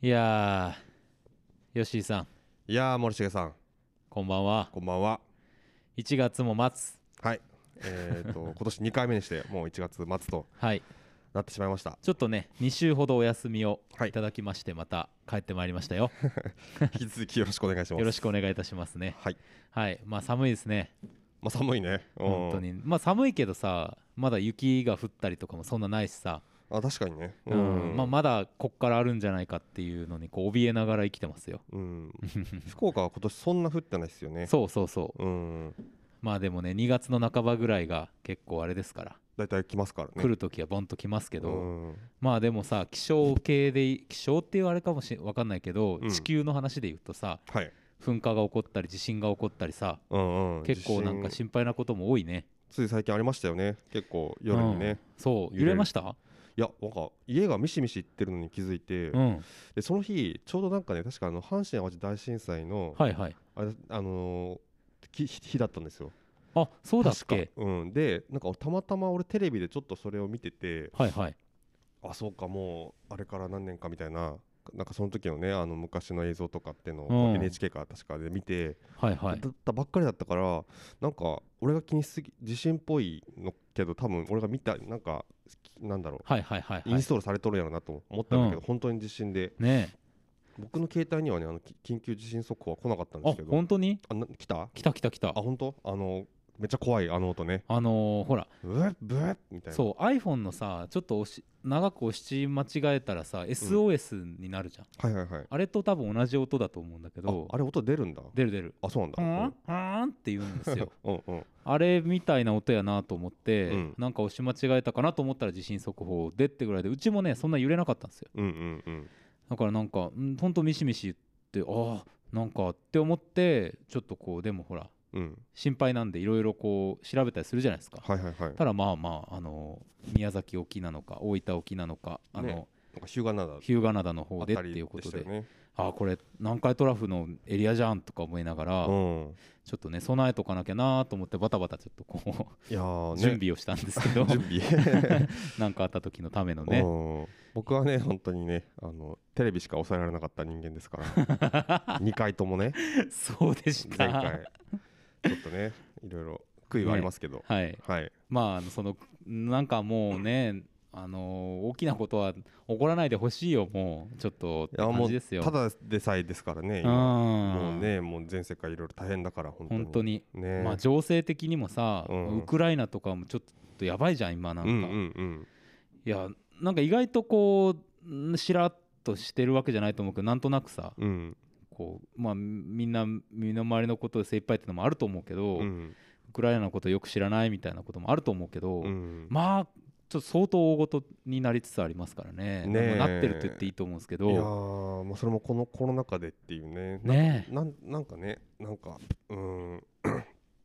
いやー、吉井さん、いやー森重さんこんばんは。こんばんは1月も末。はいえー、と 今年2回目にしてもう1月末とはい。なってしまいましたちょっとね、2週ほどお休みをはいいただきまして、また帰ってまいりました よ。引き続きよろしくお願いし ますよろしくお願いいたしますね。はいはい。まあ寒いですね。まあ寒いねうん本当に。まあ寒いけどさ、まだ雪が降ったりとかもそんなないしさ、あ確かにねうんまあ、まだこっからあるんじゃないかっていうのにこう怯えながら生きてますよ。 うん、福岡は今年そんな降ってないですよねそうそうそう。うんまあでもね、2月の半ばぐらいが結構あれですから、大体来ますからね来るときはボンと来ますけけど、うん、まあでもさ気象系でい気象っていうあれかもしわかんないけど、うん地球の話で言うとさはい噴火が起こったり地震が起こったりさうんうん結構なんか地震心配なことも多いねつい最近ありましたよね結構夜にね、うんそう揺れる揺れましたいやなんか家がミシミシいってるのに気づいて、うんでその日ちょうどなんかね確かあの阪神・淡路大震災の、はいはいあれあのーき日だったんですよあそうだっ確けかうん、でなんかたまたま俺テレビでちょっとそれを見ててはいはいあそうかもうあれから何年かみたいななんかその時のねあの昔の映像とかっていうのをこうんう NHK か確かで見て、はいはいだったばっかりだったからなんか俺が気にしすぎ地震っぽいのけど多分俺が見たなんかなんだろう、はいはいはいイはンいストールされとるんやろなと思ったんだけど、う本当に地震でねえ僕の携帯にはねあのき緊急地震速報は来なかったんであすけど本当にあな来たあ来た来た来た本当あのめっちゃ怖いあの音ねあのーほらブーブーみたいなそう iPhone のさちょっと押し長く押し間違えたらさ SOS になるじゃんはいはいはいあれと多分同じ音だと思うんだけどああれ音出るんだ出る出るあそうなんだふーんふーんって言うんですようんうんうん あれみたいな音やなと思って、うんなんか押し間違えたかなと思ったら地震速報でってぐらいでうちもねそんな揺れなかったんですようんうんだからなんかんほんとミシミシ言ってああなんかって思ってちょっとこうでもほらうん心配なんでいろいろこう調べたりするじゃないですか、はいはいはいただまあまあ、あの宮崎沖なのか大分沖なのかあの、ねなんか日向灘日向灘の方あでっったていりうこでとしでたよねああこれ南海トラフのエリアじゃんとか思いながら、うんちょっとね備えとかなきゃなと思ってバタバタちょっとこう、いやーね準備をしたんですけ ど 準備なんかあった時のためのね。うん僕はね本当にねあのテレビしか抑えられなかった人間ですから 2回ともねそうでし前た。回ちょっとねいろいろ悔いはありますけどはい。はいまああのそのなんかもうね、あのー大きなことは起こらないでほしいよもうちょっとっていやも感うじですよ。ただでさえですからうんね今もうねもう全世界いろいろ大変だから本当に本当に。ねまあ情勢的にもさ、うんウクライナとかもちょっとやばいじゃん今なんか、うんうんうんいやなんか意外とこうんしらっとしてるわけじゃないと思うけどなんとなくさうんこうまあみんな身の回りのことで精一杯ってのもあると思うけど、うんウクライナのことよく知らないみたいなこともあると思うけど、うんまあちょっと相当大ごとになりつつありますからねねえまあなってると言っていいと思うんですけいやどーまあそれもこのコロナ禍でっていうねなねえなんなんかねなんかうん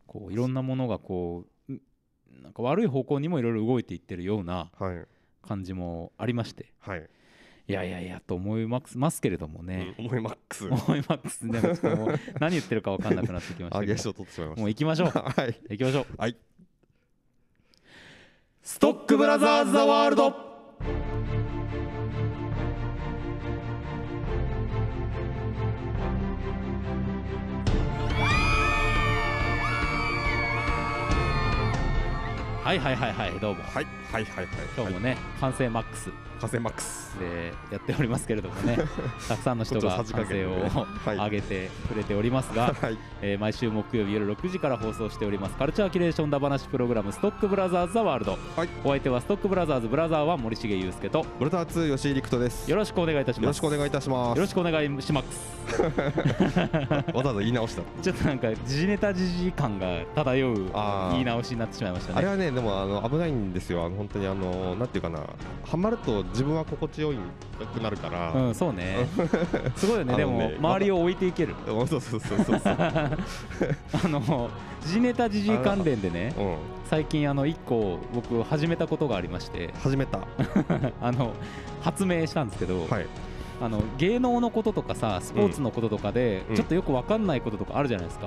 こういろんなものがこうんなんか悪い方向にもいろいろ動いていってるようなはい感じもありましてはい、いやいやいやと思いますますけれどもね、うん、思いマックス 思いますねちょっともう何言ってるか分かんなくなってきました上けげ足どを取ってしまいましたもう行きましょう はい行きましょうはいスストックブラザーズ・ザ・ワールドはいはいはいはいどうもはいはいはいはい今日もね完成マックス風マックスでやっておりますけれども ねたくさんの人こがっち歓もさじ加減声でをねはい上げてくれておりますが、はいえー毎週木曜日夜6時から放送しておりますカルチャーキュレーションだ話プログラム「ストックブラザーズ・ザ・ワールド」はいお相手はストックブラザーズ・ブラザーは森重裕介とブルター2吉井陸斗ですよよろしくお願いいたしますろしくお願いいたしまよろすしくお願いしますわざわざ言い直したちょっとなんか時事ネタ時事感が漂うあー言い直しになってしまいましたねあれはねでもあの危ないんですよあの本当にあのなんていうかなハマると自分は心地よいくなるから、うんそうね すごいよねあでのねも周りを置いていけるうんそうそうそうそうそう、あの時事ネタ時事関連でねうん、最近あの1個僕始めたことがありまして始めたは あの発明したんですけど、いあの芸能のこととかさスポーツのこととかで、うんちょっとよく分かんないこととかあるじゃないですか、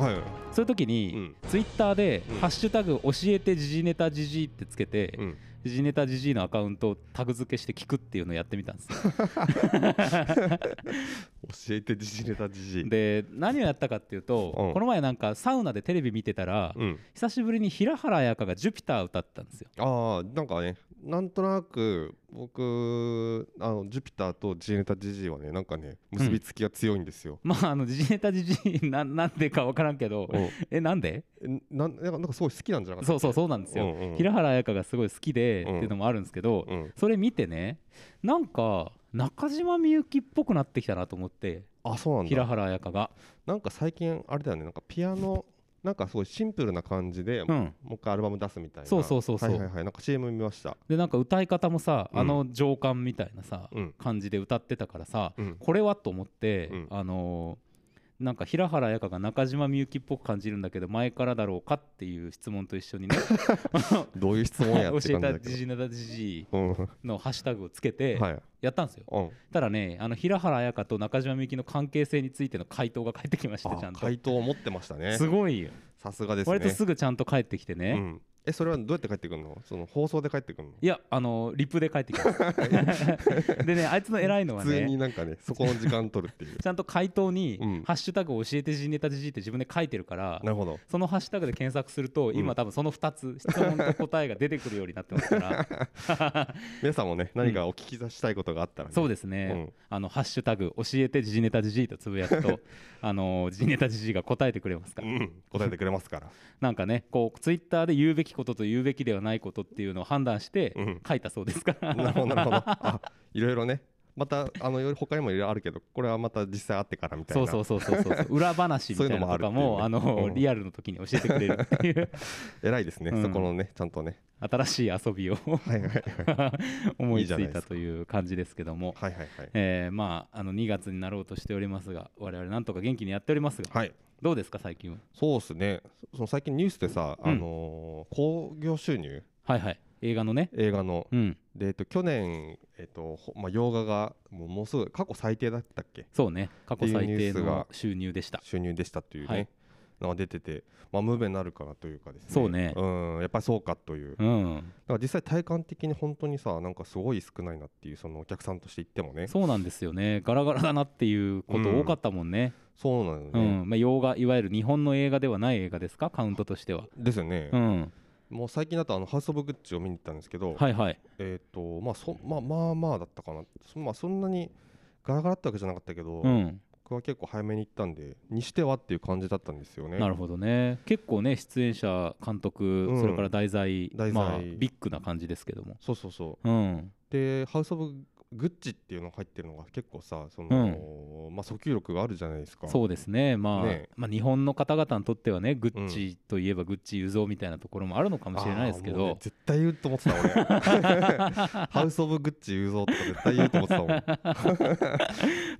はいそういう時に、うんツイッターで、うんハッシュタグ教えて時事ネタ時事」ってつけて、うん時事ネタじじいのアカウントをタグ付けして聞くっていうのをやってみたんですよ教えて時事ネタ時事で何をやったかっていうと、うんこの前なんかサウナでテレビ見てたら、うん久しぶりに平原綾香が「ジュピター」歌ったんですよああなんかねなんとなく僕あのジュピターと時事ネタ時事はねなんかね結びつきが強いんですよ、まああの時事ネタじじいななんでか分からんけどうんえなんでえなんなんかなんかすごい好きなんじゃなかったそうそううそうなんですよ、んうん平原綾香がすごい好きで、うんっていうのもあるんですけど、うん、それ見てねなんか中島みゆきっぽくなってきたなと思ってあそうなん平だ原綾香がなんか最近あれだよねなんかピアノなんかすごいシンプルな感じで、うもんう一回アルバム出すみたいなそうそうそうそうはいはいはいなんか CM 見ましたでなんか歌い方もさうんあの情感みたいなさ、うん感じで歌ってたからさうんこれはと思って、うんあのーなんか平原綾香が中島みゆきっぽく感じるんだけど前からだろうかっていう質問と一緒に ねどういう質教問えやって感じただけじどじなだじじいうんのハッシュタグをつけてはいやったんですよ、うんただねあの平原綾香と中島みゆきの関係性についての回答が返ってきましたちゃあんと回答を持ってましたねすごいよさすがですね割とすぐちゃんと帰ってきてね、うん、えそれはどうやって帰ってくるのその放送で帰ってくるのいやあのリプで帰ってきます でねあいつの偉いのは普通にねなんかねそこの時間取るっ ていうちゃんと回答にうん「ハッシュタグ教えてじネタじじ」って自分で書いてるからなるほどそのハッシュタグで検索するとん今多分その2つ質問と答えが出てくるようになって ますから皆さんもね何かお聞きしたいことがあったら、ねそうですうねんあのハッシュタグ教えてじネタじじとつぶやく とあのじネタじじが答えてくれますからうん答えてくれますからなんかねこうツイッターで言うべきことと言うべきではないことっていうのを判断してうん書いたそうですか なるらほどなるほどあいろいろねまたあのより他にもいろいろあるけどこれはまた実際会ってからみたいそなうそうそうそうそうそう裏話みたいなのとかもそういうのもあるっていうねあのうんリアルの時に教えてくれるっていう 偉いですね、うんそこのねちゃんとね新しい遊びをはいはいはい 思いいいつじゃないいでたすとかいう感じですけどもはいはいはいえーまああの2月になろうとしておりますが我々なんとか元気にやっておりますがはいどうですか最近はそうですねその最近ニュースでさ、うんあのー興行収入はいはい映画のね映画のうんで、えっと、去年、えっとほまあ、洋画がもうものすごい過去最低だったっけそうね過去最って低いうニュースがの収入でした収入でしたというね、はいのが出てて、まあ、ムーベになるかなというかですねそうねうんやっぱりそうかという、だうんから実際体感的に本当にさなんかすごい少ないなっていうそのお客さんとして言ってもねそうなんですよねガラガラだなっていうこと多かったもんねそうなのねう、んまあ、洋画いわゆる日本の映画ではない映画ですかカウントとしては、ですよねう、ん、もう最近だとあのハウス・オブ・グッチを見に行ったんですけど、はいはいえっ、とまあそまあまあまあだったかなそ,、まあ、そんなにガラガラってわけじゃなかったけど、うん僕は結構早めに行ったんでにしてはっていう感じだったんですよねなるほどね結構ね出演者監督、んそれから題材題材まあビッグな感じですけどもそうそうそううんでハウス・オブ・グッチっていうのが入ってるのが結構さその、まあ、訴求力があるじゃないですかそうですね,、まあ、ねまあ日本の方々にとってはねグッチといえばグッチ雄三みたいなところもあるのかもしれないですけあーもうどね、絶対言うと思って た俺ハウス・オブ・グッチ言うぞとか絶対言うと思ってたもん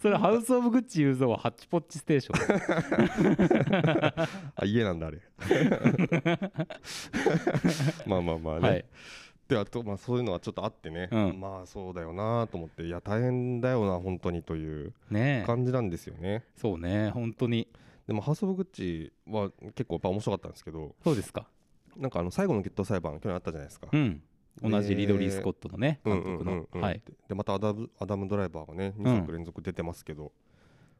それハウス・オブ・グッチ雄三はハッチポッチステーションあ家な んだあれまあまあまあね、はいであと、まあ、そういうのはちょっとあってね、うんまあそうだよなと思っていや大変だよな本当にというねえ感じなんですよねそうね本当にでもハウス・オブ・グッチは結構やっぱ面白かったんですけどそうですかなんかあの最後の決闘裁判去年あったじゃないですかうん同じリドリー・でスコットのね監督うんうんのうんうんはいでまたアダムアダム・ドライバーがね2作連続出てますけど、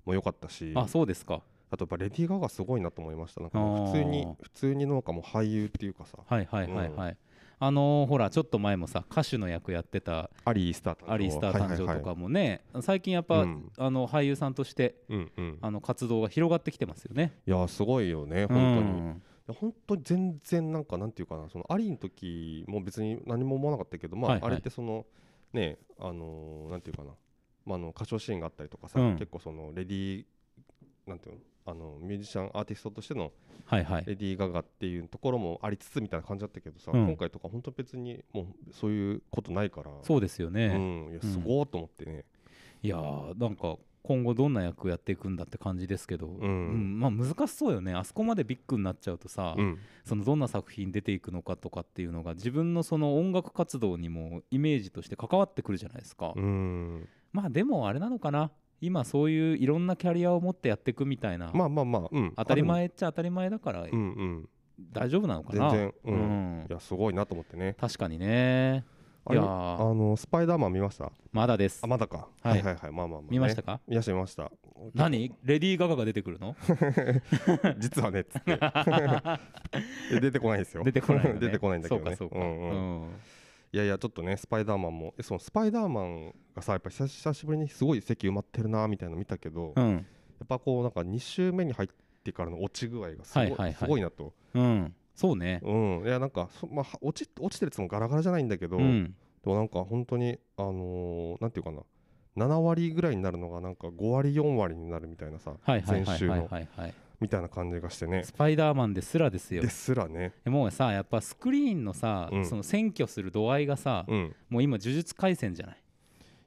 もう良かったしああそうですかとやっぱレディー・ガガすごいなと思いましたなんかもう普通にあー普通になんかもう俳優っていうかさはいはいはいはい、あのーほらちょっと前もさ歌手の役やってたアリー・スター誕生アリー・スター誕生とかもね、最近やっぱ、うんあの俳優さんとしてうんうん、あの活動が広がってきてますよねいやーすごいよね本当に、ういんや本当に全然なんかなんていうかなそのアリーの時も別に何も思わなかったけどまあ、はいはいあれってそのねあのーなんていうかな、まあ、あの歌唱シーンがあったりとかさ、うん結構そのレディーなんていうのあのミュージシャンアーティストとしてのはいはいレディー・ガガっていうところもありつつみたいな感じだったけどさ、うん今回とか本当別にもうそういうことないからそうですよね、うん、いやすごーと思ってね、いやーなんか今後どんな役やっていくんだって感じですけど、んうんまあ、難しそうよねあそこまでビッグになっちゃうとさ、うんそのどんな作品出ていくのかとかっていうのが自分のその音楽活動にもイメージとして関わってくるじゃないですか、うんまあでもあれなのかな今そういういろんなキャリアを持ってやっていくみたいな、まあまあまあ、うん、当たり前っちゃ当たり前だからあるうんうん大丈夫なのかな全然、うんうんいやすごいなと思ってね確かにねあいれやあーのスパイダーマン見ましたまだですあまだか、はいはいはいまあまあまあね、見ましたか見ました見ました何レディー・ガガが出てくるの 実はねっつって え出てこないですよ出てこないよね出てこないんだけどねそうかそうか、うんうんうんいやいやちょっとねスパイダーマンもえそのスパイダーマンがさやっぱ久し久しぶりにすごい席埋まってるなみたいなの見たけど、うやんっぱこうなんか2周目に入ってからの落ち具合がすごはいい,、はいはいすごいなと、うんそうねうん、いやなんかそ、まあ、は落ち落ちてるやつもガラガラじゃないんだけど、うんでもなんか本当にあのーなんていうかな7割ぐらいになるのがなんか5割4割になるみたいなさ、はいはいは前い週はの、いはいはいみたいな感じがしてねスパイダーマンですらですよですらねもうさやっぱスクリーンのさ、うんその選挙する度合いがさ、うんもう今呪術廻戦じゃない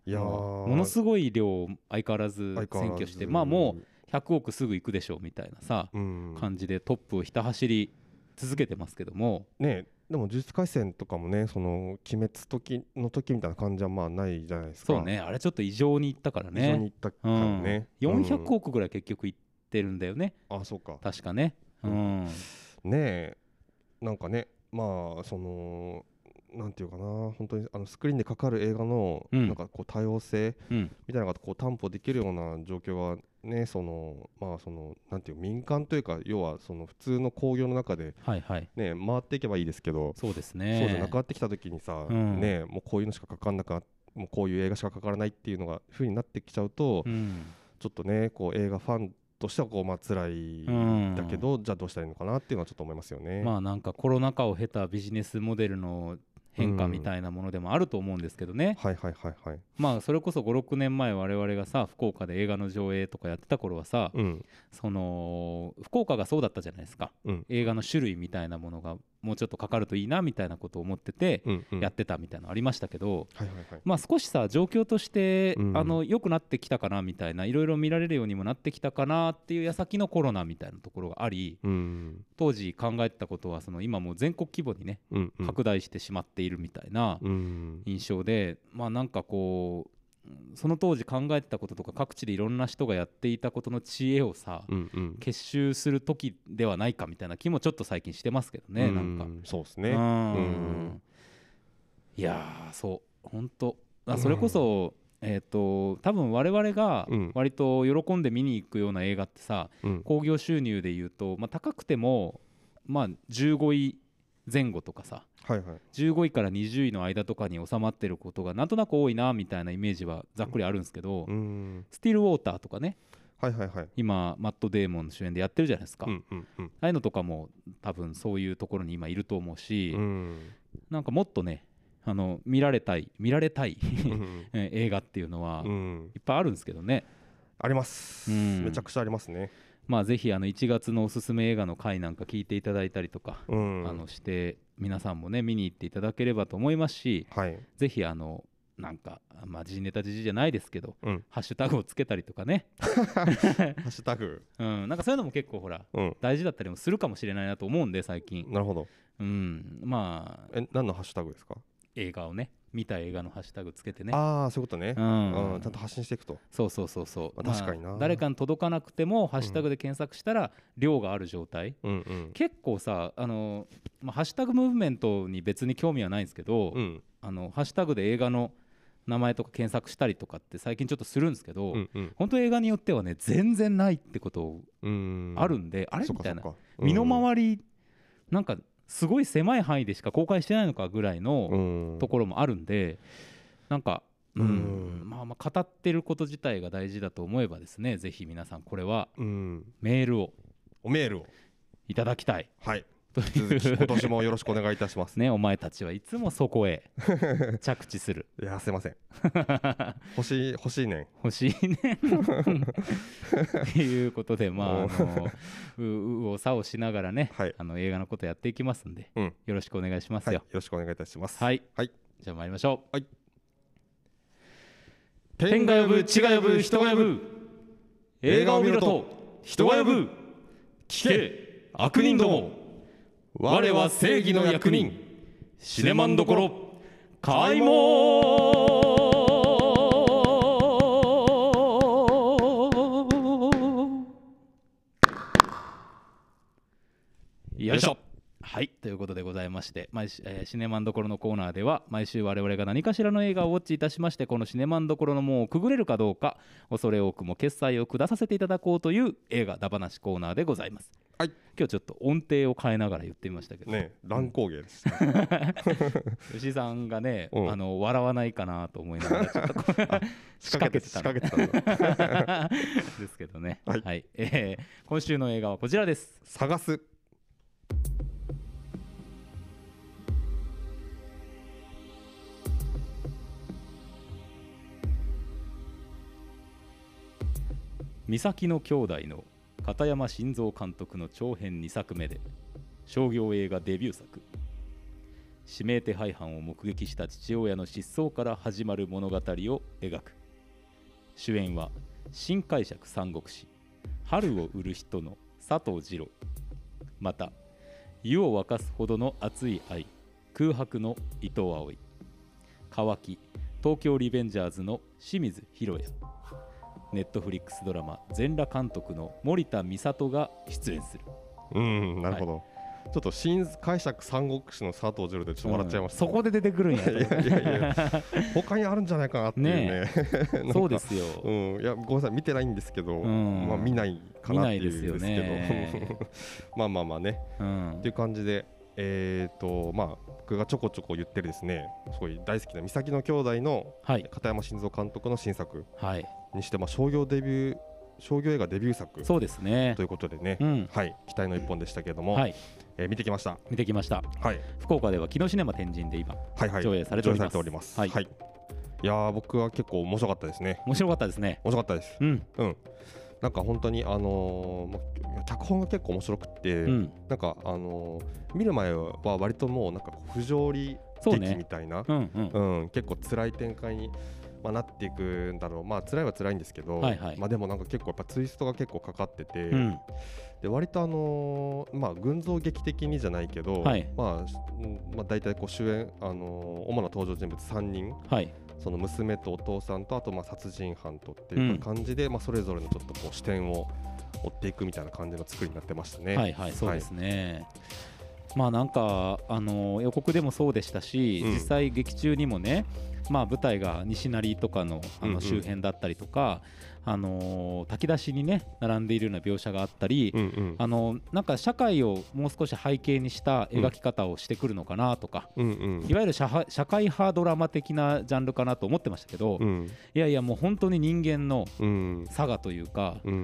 いやーもうものすごい量相変わらず相変わ選らず挙してまあもう100億すぐ行くでしょうみたいなさ、うん、感じでトップをひた走り続けてますけどもねでも呪術廻戦とかもねその鬼滅時の時みたいな感じはまあないじゃないですかそうねあれちょっと異常にいったから非常にいねったからね、うん、400うん億ぐらい結局いってるんだよねあそうか確かね、うんねえなんかねまあそのなんていうかな本当にあのスクリーンでかかる映画のうんなんかこう多様性うんみたいなのがこう担保できるような状況はねそのまあそのなんていう民間というか要はその普通の興行の中ではいはいね回っていけばいいですけどそうですねそうじゃなくなってきた時にさ、うんねえもうこういうのしかかかんなくなもうこういう映画しかかからないっていうのが風になってきちゃうと、うんちょっとねこう映画ファンとしてはこうまあ辛いうんだけど、じゃあどうしたらいいのかなっていうのはちょっと思いますよね。まあなんかコロナ禍を経たビジネスモデルの変化みたいなものでもあると思うんですけどね、はいはいはいはい。まあそれこそ56年前我々がさ福岡で映画の上映とかやってた頃はさ、うんその福岡がそうだったじゃないですかうん映画の種類みたいなものがもうちょっとかかるといいなみたいなことを思っててうんうん。やってたみたいなのありましたけど、はいはいはい。まあ少しさ状況として、うんあの良くなってきたかなみたいないろいろ見られるようにもなってきたかなっていう矢先のコロナみたいなところがありうん当時考えてたことはその今もう全国規模にねうんうん。拡大してしまっているみたいなうん印象で、まあなんかこううんその当時考えてたこととか各地でいろんな人がやっていたことの知恵をさ、うんうん。結集する時ではないかみたいな気もちょっと最近してますけどね、うなんか。そうですうね。んうんいやーそう本当あそれこそ、えっ、と多分我々がうん割と喜んで見に行くような映画ってさうん興行収入でいうと、まあ、高くても、まあ、15位前後とかさ、はいはい。 15位から20位の間とかに収まってることがなんとなく多いなみたいなイメージはざっくりあるんですけど、うんスティールウォーターとかねはいはいはい。今マット・デーモン主演でやってるじゃないですか、うあんうんうんあいうのとかも多分そういうところに今いると思うし、うんなんかもっとねあの見られたい見られたいうんえ 映画っていうのはうんうんいっぱいあるんですけどね、あります。うんめちゃくちゃありますね。まあぜひあの1月のおすすめ映画の回なんか聞いていただいたりとか、うん。あのして皆さんもね見に行っていただければと思いますし、はい。ぜひあのなんか、まあ、時事ネタ時事じゃないですけど、うんハッシュタグをつけたりとかね、ハッシュタグ。うん、なんかそういうのも結構ほらうん。大事だったりもするかもしれないなと思うんで最近、なるほど。うん、まあえ何のハッシュタグですか映画をね見た映画のハッシュタグつけてねああそういうことねう、うんんちゃんと発信していくとそうそうそうそう、まあ確かにな誰かに届かなくてもハッシュタグで検索したら量がある状態、うんうん結構さあの、まあ、ハッシュタグムーブメントに別に興味はないんですけど、うんあのハッシュタグで映画の名前とか検索したりとかって最近ちょっとするんですけど、うんうん本当映画によってはね全然ないってことうんあるんで、あれそみっかたいなそっか身の回りなんかすごい狭い範囲でしか公開してないのかぐらいうんのうんところもあるんでなんか、うんうんまあまあ語ってること自体が大事だと思えばですねぜひ皆さんこれはうんメールをおメールをいただきたいはいと引き続いきう今年もよろしくお願いいたし ます、ねお前たちはいつもそこへ着地するいやすいません 欲しい欲しいね欲しいね。ということでまああおのううおさをしながら ね、はいあの映画のことやっていきますんで、うんよろしくお願いしますはいよよ。ろしくお願いいたしますはいい、はいじゃあ参りましょう。はい天が呼ぶ地が呼ぶ人が呼ぶ映画を見ろと人が呼ぶ聞け悪人ども我は正義の役人シネマンどころ開門よいしょはいということでございまして毎週、えーシネマンどころのコーナーでは毎週我々が何かしらの映画をウォッチいたしましてこのシネマンどころの門をくぐれるかどうか恐れ多くも決済を下させていただこうという映画だ話コーナーでございます、はい、今日ちょっと音程を変えながら言ってみましたけど、ね乱高下です、牛井さんがね、うんあの笑わないかなと思いながらちょっとこう 仕掛けてた仕の掛けてた んだですけどね、ははいいえー今週の映画はこちらです探す三崎の兄弟の片山晋三監督の長編2作目で商業映画デビュー作指名手配犯を目撃した父親の失踪から始まる物語を描く主演は新解釈三国志春を売る人の佐藤二朗また湯を沸かすほどの熱い愛空白の伊藤葵乾き東京リベンジャーズの清水博也ネットフリックスドラマ全裸監督の森田美里が出演するうんなるほど、ちょっと新解釈三国志の佐藤二郎でちょっと笑っちゃいました、そこで出てくるんやと いやいやいや他にあるんじゃないかなっていうねなん かそうですうよ、ん、いやごめんなさい見てないんですけど、んまあ、見ないかなっていうんですけど見ないですよね まあまあまあねうんっていう感じでえっ、とまあ僕がちょこちょこ言ってるですねすごい大好きな「三崎の兄弟」のはい片山晋三監督の新作はいにして、まあ、商業デビュー商業映画デビュー作そうですねということでね、うんはい、期待の一本でしたけれども、はいえー見てきました、見てきましたはい、福岡では木ノシネマ天神で今はいはい上映されております上映ますははいい、い、やー僕は結構面白かったですね面白かったですね面白かったですうんうんなんか本当にあのーま脚本が結構面白くって、うんなんかあのー見る前は割ともうなんかこう不条理そう劇みねたいなうんうんうん、結構辛い展開に、まあ、なっていくんだろうまあ辛いは辛いんですけど、はいはいまあ、でもなんか結構やっぱツイストが結構かかってて、うんで割とあのーまあ群像劇的にじゃないけど、はいまあしうんまあ、大体こう主演、あのー主な登場人物3人はいその娘とお父さんとあとまあ殺人犯とってうんいう感じで、まあ、それぞれのちょっとこう視点を追っていくみたいな感じの作りになってましたね。はいはいそうですね、まあなんかあの予告でもそうでしたし、うん実際劇中にもねまあ舞台が西成とかのあうんうのん周辺だったりとか、あの炊き出しにね並んでいるような描写があったり、うんうんあのなんか社会をもう少し背景にした描き方をしてくるのかなとか、うんうんいわゆる社は社会派ドラマ的なジャンルかなと思ってましたけど、ういんやいやもう本当に人間のうん差がというか、ううん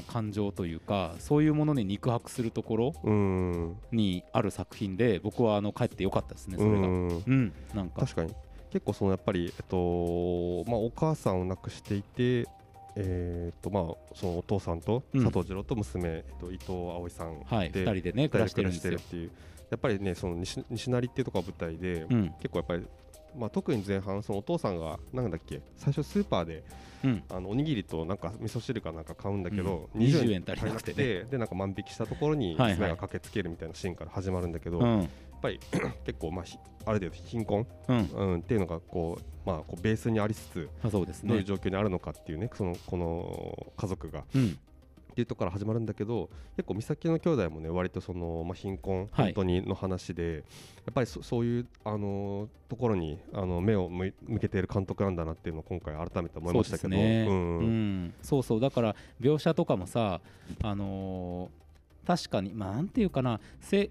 ん、感情というかそういうものに肉薄するところうんにある作品で僕はあの帰ってよかったですねそれがうん、うんなんか確かに結構そのやっぱり、えっとまあ、お母さんを亡くしていて、えーっとまあ、そのお父さんとうん佐藤二朗と娘、えっと、伊藤葵さんはいで二人でね暮らしてるんですよ二人で暮らってるっていうやっぱりねその西西成っていうとこが舞台で、うん結構やっぱり、まあ、特に前半そのお父さんがなんだっけ最初スーパーでうんあのおにぎりとなんか味噌汁かなんか買うんだけど、うん20円足りなくてねでなんか万引きしたところにはいはい娘が駆けつけるみたいなシーンから始まるんだけど、うやっんぱり結構、まあ、ひある程度貧困うんうん、っていうのがこう、まあ、こうベースにありつつあそうですどういうね状況にあるのかっていうねそのこの家族がっうんていうところから始まるんだけど結構美咲の兄弟もね割とその、まあ、貧困はい本当にの話で、やっぱりそそういう、あのーところにあの目を向い向けている監督なんだなっていうのを今回改めて思いましたけそうどですねううんうんんそうそうだから描写とかもさあのー確かにまあなんていうかなせ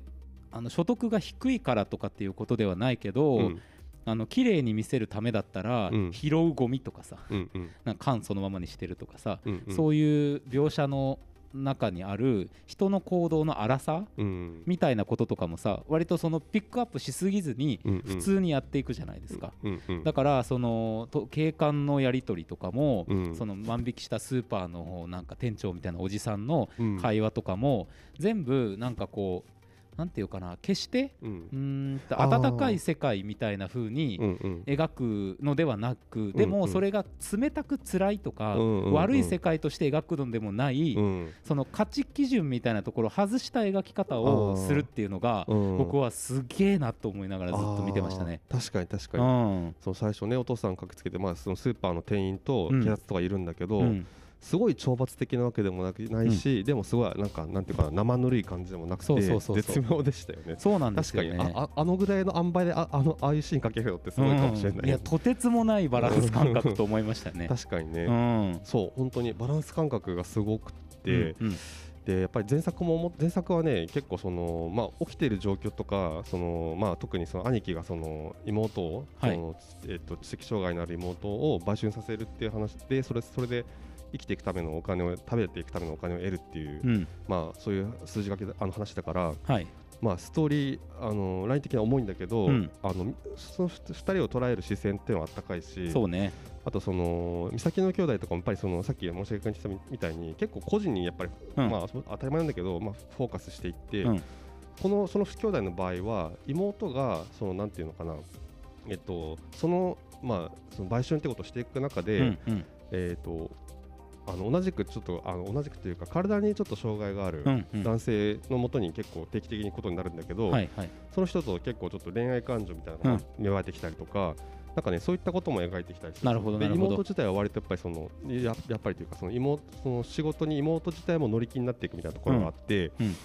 あの所得が低いからとかっていうことではないけど、うんあの綺麗に見せるためだったら、うん拾うゴミとかさうんうんなんか缶そのままにしてるとかさ、うんうんそういう描写の中にある人の行動の荒さうんみたいなこととかもさ割とそのピックアップしすぎずにうんうん普通にやっていくじゃないですか。うんうんだからそのと警官のやり取りとかも、うんその万引きしたスーパーのなんか店長みたいなおじさんのうん会話とかも、全部なんかこうなんていうかな決してうんうーんとあー温かい世界みたいな風にうんうん描くのではなくでうんもうんそれが冷たく辛いとか、うんうんうん悪い世界として描くのでもない、うんその価値基準みたいなところを外した描き方をするっていうのが、うん僕はすげえなと思いながらずっと見てましたね。あー確かに確かうにんその最初ねお父さん駆けつけて、まあ、そのスーパーの店員とうん警察とかいるんだけど、うんすごい懲罰的なわけでもなくないし、でもすごいなんかなんていうかな生ぬるい感じでもなくてそうそうそうそう絶妙でしたよねそうなんで確すかよにねあああのぐらいの塩梅でああのああいうシーンかけるのってすごいかもしれない,、うんやとてつもないバランス感覚と思いましたね確かにね、うんそう本当にバランス感覚がすごくて、うんうんでやっぱり前作も思前作はね結構その、まあ、起きている状況とかその、まあ、特にその兄貴がその妹を、はいそのえっと知的障害のある妹を売春させるっていう話でそれそれで生きていくためのお金を食べていくためのお金を得るっていう、うんまあ、そういう数字がけあの話だから、はいまあ、ストーリーあのライン的には重いんだけど、うんあのその2人を捉える視線っていうのはあったかいし。そうねあとその美咲の兄弟とかもやっぱりそのさっき申し上げたみたいに結構個人にやっぱり、うんまあそ当たり前なんだけど、まあ、フォーカスしていって、うんこのその兄弟の場合は妹がそのなんていうのかなえっとそのまあその売春ってことをしていく中で、うんうんえっとあの同じくちょっとあの同じくというか体にちょっと障害があるうんうん男性のもとに結構定期的にことになるんだけど、はいはいその人と結構ちょっと恋愛感情みたいなのが芽生えてきたりとか、なんかねそういったことも描いてきたりするなるほどなでるほど妹自体は割とやっぱりそのややっぱりというかその妹その仕事に妹自体も乗り気になっていくみたいなところがあって、うんうん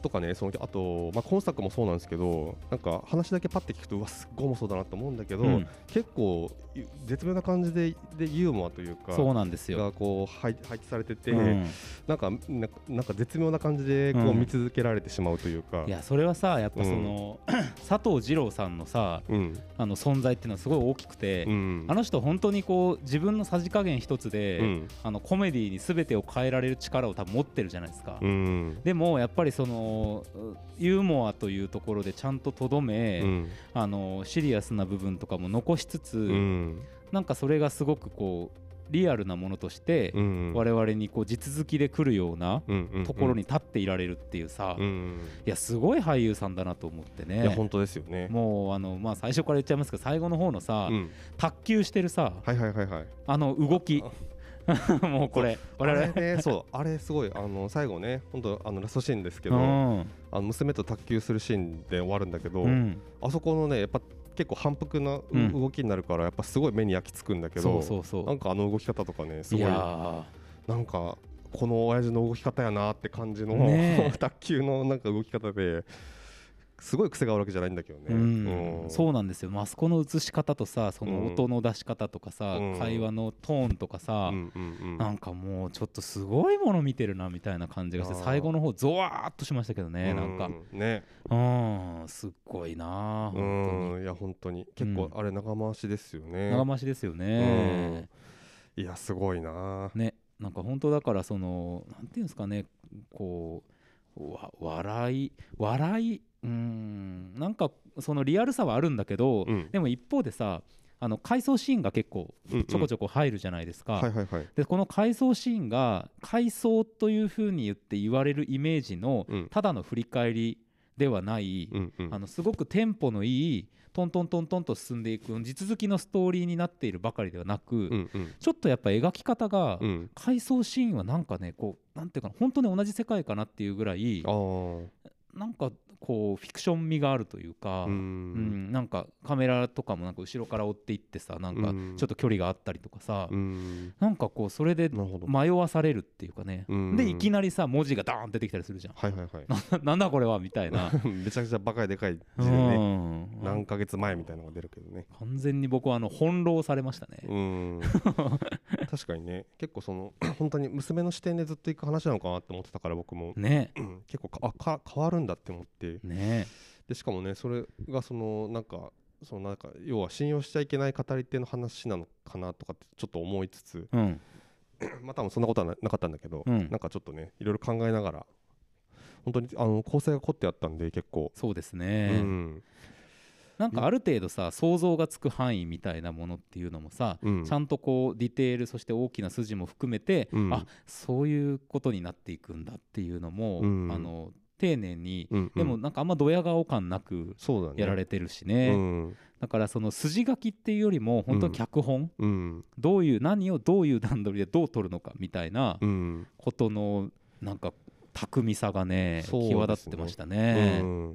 とかねそのあと、まあ、今作もそうなんですけどなんか話だけパッて聞くとうわすっごい重そうだなと思うんだけど、うん結構い絶妙な感じででユーモアというかそうなんですよがこう配配置されてて、うんなんかななんか絶妙な感じでこううん見続けられてしまうというか。いやそれはさやっぱその 佐藤二朗さんのさうんあの存在っていうのはすごい大きくてうん、あの人本当にこう自分のさじ加減一つで、うんあのコメディに全てを変えられる力を多分持ってるじゃないですか、うんでもやっぱりそのうユーモアというところでちゃんととどめ、うんあのシリアスな部分とかも残しつつ、うんなんかそれがすごくこうリアルなものとして、うん我々にこう地続きで来るような々ところに、立っていられるっていうさ、うんいうんやすごい俳優さんだなと思っていやね本当ですよね。もうあの、まあ、最初から言っちゃいますけど最後の方のさ、うん卓球してるさはいはいはいはい。あの動 きもうこれ我々あれね、 そうあれすごいあの最後ね、本当あのラストシーンですけうど、あんの娘と卓球するシーンで終わるんだけど、うんあそこのねやっぱ結構反復なううん動きになるからやっぱすごい目に焼き付くんだけそどう、そうそなんかあの動き方とかねすういごいやなーんか。この親父の動き方やなって感じの、ねえ 卓球のなんか動き方ですごい癖があるわけじゃないんだけどね。うんうんそうなんですよマスコの映し方とさそのうん音の出し方とかさ、うん会話のトーンとかさ、うんうんうんなんかもうちょっとすごいもの見てるなみたいな感じがしてあー最後の方ゾワーっとしましたけどねうなんかねうんすっごいなう本んいや本当に結構あれ長回しですよ当ねに長回しですよねいやすごいなねなんか本当だからそのなんていうんですかねこうわ笑い笑いうーんなんかそのリアルさはあるんだけど、うんでも一方でさあの回想シーンが結構うんうんちょこちょこ入るじゃないですか、はいはいはいでこの回想シーンが回想というふうに言って言われるイメージのうんただの振り返りではない、うんうんあのすごくテンポのいいトントントントンと進んでいく地続きのストーリーになっているばかりではなく、うんうんちょっとやっぱ描き方がうん回想シーンはなんかねこうなんていうかな本当に同じ世界かなっていうぐらいあーなんかこうフィクション味があるというか、ううんん、なんかカメラとかもなんか後ろから追っていってさなんかうんちょっと距離があったりとかさ、うんなんかこうそれでなるほど迷わされるっていうかね、うんでいきなりさ文字がダーン出てきたりするじゃん はいはいはいなんだこれはみたいな、 めちゃくちゃバ カでかい字うでねん、何ヶ月前みたいなのが出るけどね完全に僕はあの翻弄されましたね、うん 確かにね結構その 本当に娘の視点でずっといく話なのかなって思ってたから僕もねうん結構かあか変わるんだって思ってねでしかもねそれがそのなんかそのなんか要は信用しちゃいけない語り手の話なのかなとかってちょっと思いつつ うんまあ多分そんなことはななかったんだけど、うんなんかちょっとねいろいろ考えながら本当にあの構成が凝ってあったんで結構、そうですね、うんなんかある程度さ想像がつく範囲みたいなものっていうのもさ、うんちゃんとこうディテールそして大きな筋も含めて、うんあそういうことになっていくんだっていうのも、うんあの丁寧に、うんうんでもなんかあんまドヤ顔感なくそうだねやられてるしね、うんだからその筋書きっていうよりも本当に脚本、うんどういう何をどういう段取りでどう取るのかみたいなうんことのなんか巧みさがねそうですね際立ってましたね。うん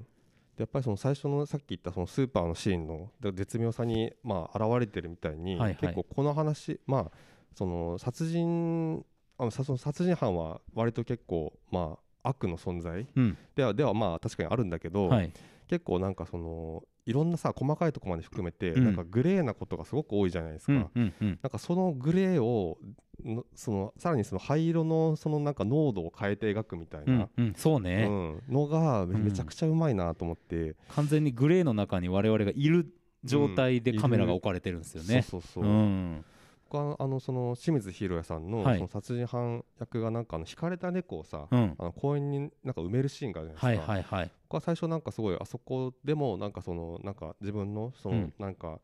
でやっぱりその最初のさっき言ったそのスーパーのシーンので絶妙さにまあ現れてるみたいはに、いはい結構この話まあその殺人あのさその殺人犯は割と結構まあ悪の存在うんではではまあ確かにあるんだけど、はい結構なんかそのいろんなさ細かいとこまで含めて、うんなんかグレーなことがすごく多いじゃないですうか。んうんうんなんかそのグレーをのそのさらにその灰色のそのなんか濃度を変えて描くみたいうんな、うんそううね、んのがめうんめちゃくちゃうまいなと思って、完全にグレーの中に我々がいる状態でうんカメラが置かれてるんですよね。そうそううそう、ん僕はあのその清水宏也さんの,、はいその殺人犯役がなんかあの引かれた猫をさ、うんあの公園になんか埋めるシーンがあるじゃなはいいですか、はいはい。僕は最初なんかすごいあそこでもなんかそのなんか自分のその、うんなんか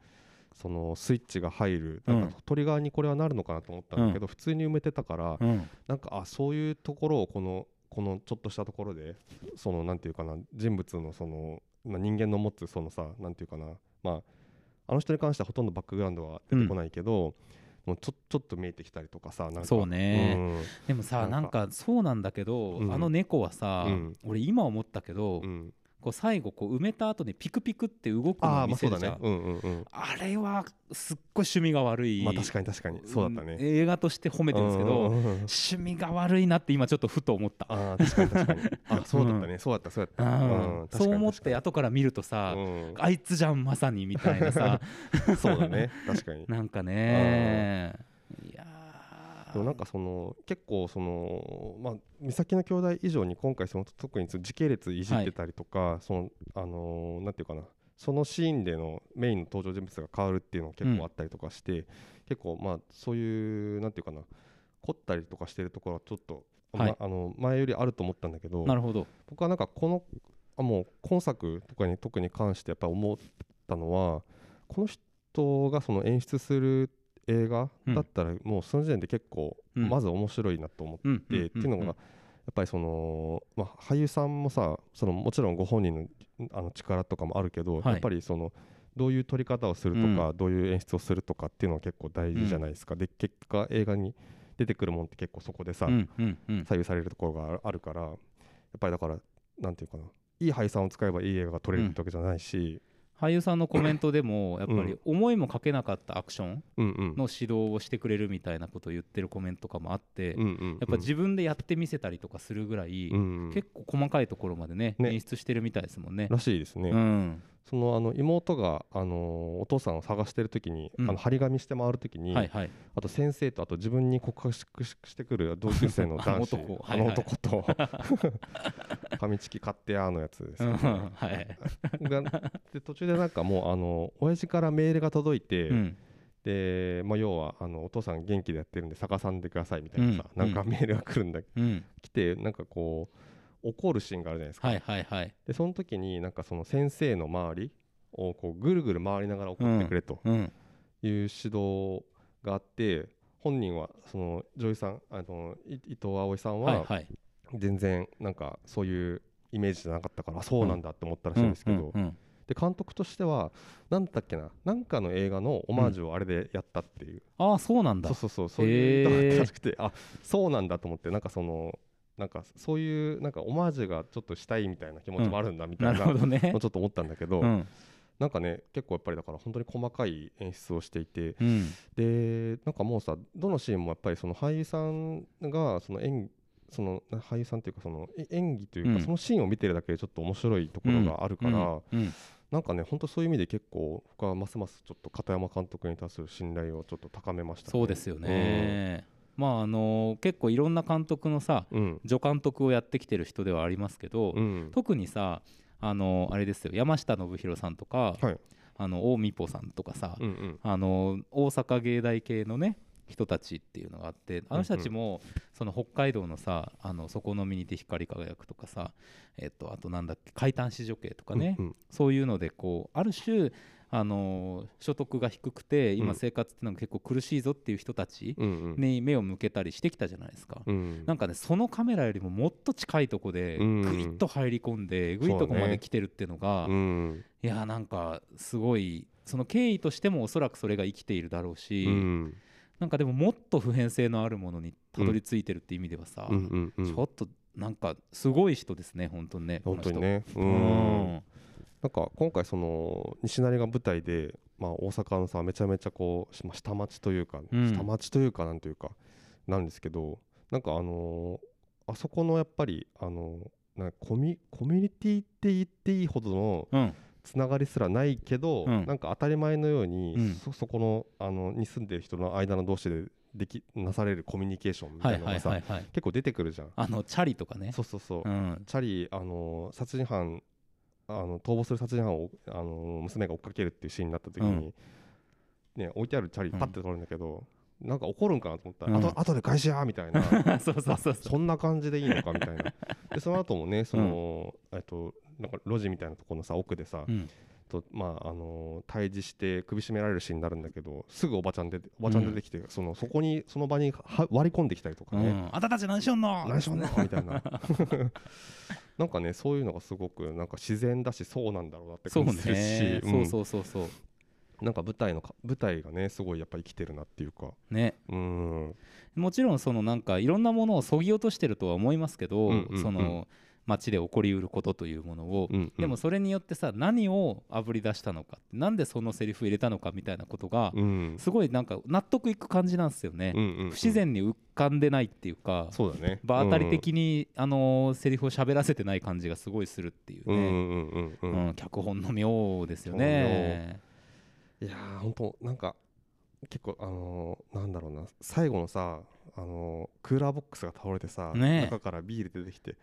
そのスイッチが入るうなんんかトリガーにこれはなるのかなと思ったんだけど、普通に埋めてたから、うんなんかあそういうところをこのこのちょっとしたところでそのなんていうかな人物のその、まあ、人間の持つそのさなんていうかなまああの人に関してはほとんどバックグラウンドは出てこないけど、もうちょちょっと見えてきたりとかさなんかそうね、でもさななんんかそうなんだけど、うんあの猫はさ、うん俺今思ったけど、うんうんこう最後こう埋めた後にピクピクって動くのをああま見あせそうるだじゃんねあうんうんうんれはすっごい趣味が悪い、まあ確かに確かにそうだったうんね映画として褒めてるんですけど、うんうんうん趣味が悪いなって今ちょっとふと思った。ああ確かに確かにあそうだっ たねそうだったそううだったんん確かにそう思っ確かにて後から見るとさ、うあいつじゃんまさにみたいなさん そうだね確かになんかねいやーでもなんかその結構そのまあ美咲の兄弟以上に今回その特にその時系列いじってたりとか、そのあのーなんていうかなそのシーンでのメインの登場人物が変わるっていうのが結構あったりとかして、結構まあそういうなんていうかな凝ったりとかしてるところはちょっと、はいまあの前よりあると思ったんだけどなるほど僕はなんかこのあもう今作とかに特に関してやっぱり思ったのはこの人がその演出する映画うんだったらもうその時点で結構うんまず面白いなと思って、うんんんんっていうのがやっぱりその、まあ、俳優さんもさそのもちろんご本人のあの力とかもあるけど、はいやっぱりそのどういう撮り方をするとか、どういう演出をするとかっていうのは結構大事じゃないですか、で結果映画に出てくるもんって結構そこでさ、うんうんうん左右されるところがああるからやっぱりだからなんていうかないい俳優さんを使えばいい映画が撮れるってわけじゃないし、俳優さんのコメントでもやっぱり思いもかけなかったアクションうん、うんの指導をしてくれるみたいなことを言ってるコメントとかもあってうんうんやっぱ自分でやってみせたりとかするぐらいうんうん結構細かいところまでねね演出してるみたいですもんね。らしいですね、うんそのあの妹が、あのーお父さんを探してる時に、うんあの張り紙して回る時に、はいはいあと先生とあと自分に告白ししてくる同級生の男子あの男はあいはのい男と ファミチキ買ってやーのやつですうよんね はいがで途中でなんかもうあの親父からメールが届いて、うんで、まあ、要はあのお父さん元気でやってるんで逆さんでくださいみたいなさ、うんなんかメールが来るんだ、うん来てなんかこう怒るシーンがあるじゃないですか、はいはいはいでその時になんかその先生の周りをこうぐるぐる回りながら怒ってくれとうんいう指導があって本人はその女優さんあのい伊藤葵さんはいははい全然なんかそういうイメージじゃなかったから、あそうなんだって思ったらしいんですけど、うんうんうんで監督としてはなんだっけななんかの映画のオマージュをあれでやったっていう。ああそうなんだそうそうそうそういう意図があったらしくて、あそうなんだと思ってなんかそのなんかそういうなんかオマージュがちょっとしたいみたいな気持ちもあるんだみたないるなほのどねをちょっと思ったんだけど、うんなんかね結構やっぱりだから本当に細かい演出をしていてうんでなんかもうさどのシーンもやっぱりその俳優さんがその演そのな俳優さんというかそのえ演技というか、うんそのシーンを見てるだけでちょっと面白いところがあるから、うんなんかね本当そういう意味で結構僕はますますちょっと片山監督に対する信頼をちょっと高めました、そうですよね、まああの結構いろんな監督のさうん、助監督をやってきてる人ではありますけど、うん、特にさあのあれですよ山下信弘さんとか、はいあの大美歩さんとかさ、うんうんあの大阪芸大系のね人たちっていうのがあってあの人たちも、その北海道のさ「あのそこのミニテ光り輝く」とかさ、えっとあとなんだっけ「怪談子女系」とかね、うんうんそういうのでこうある種あの所得が低くてう今ん生活っていうのが結構苦しいぞっていう人たちうんうんに目を向けたりしてきたじゃないですか。うんなんかねそのカメラよりももっと近いとこでうんぐいっと入り込んでぐいっとこまで来てるっていうのがうんいやーなんかすごいその経緯としてもおそらくそれが生きているだろうしうんなんかでももっと普遍性のあるものにたどり着いてるって意味ではさうんうんうんちょっとなんかすごい人ですね本当にねこ本の当人にねううんんなんか今回その西成が舞台でまあ、大阪のさめちゃめちゃこうしまあ下町というか、うん下町というかなんというかなんですけどなんかあのーあそこのやっぱりあのーなんかコミコミュニティって言っていいほどのうんつながりすらないけど、うんなんか当たり前のように、うんそそこのあのに住んでる人の間の同士でできなされるコミュニケーションみたはいいなのはいがさ、はいはい結構出てくるじゃん。あのチャリとかねそうそうそうう、んチャリあの殺人犯あの逃亡する殺人犯をあの娘が追っかけるっていうシーンになった時に、ね、置いてあるチャリうんパッて取るんだけど、なんか怒るんかなと思ったら、うんあと後で返しやみた いなそうそうそうそ そんな感じでいいのかみたいなでその後もねその、えっとなんか路地みたいなところのさ奥でさ、う、うん、とまああの対峙して首絞められるシーンになるんだけどすぐおばちゃん出ておばちゃん出てきて、そのそこにその場には割り込んできたりとかうね、ん、あたたち何しよんの何し ょんなみたいな なんかねそういうのがすごくなんか自然だしそうなんだろうなってそう感ねじするしそううそうそうそうんなんか舞台のか舞台がねすごいやっぱ生きてるなっていうかねうんもちろんそのなんかいろんなものをそぎ落としてるとは思いますけど、うんうんうんその街で起こりうることというものを、うんでもそれによってさ何をあぶり出したのかなんでそのセリフ入れたのかみたいなことがうんすごいなんか納得いく感じなんですよね、うんうん不自然に浮かんでないっていうか、そうだね場当たり的に、あのーセリフを喋らせてない感じがすごいするっていううんうね、んうんううんんうん脚本の妙ですよね。いやーほんとなんか結構あのーなんだろうな最後のさあのークーラーボックスが倒れてさねえ中からビール出てきて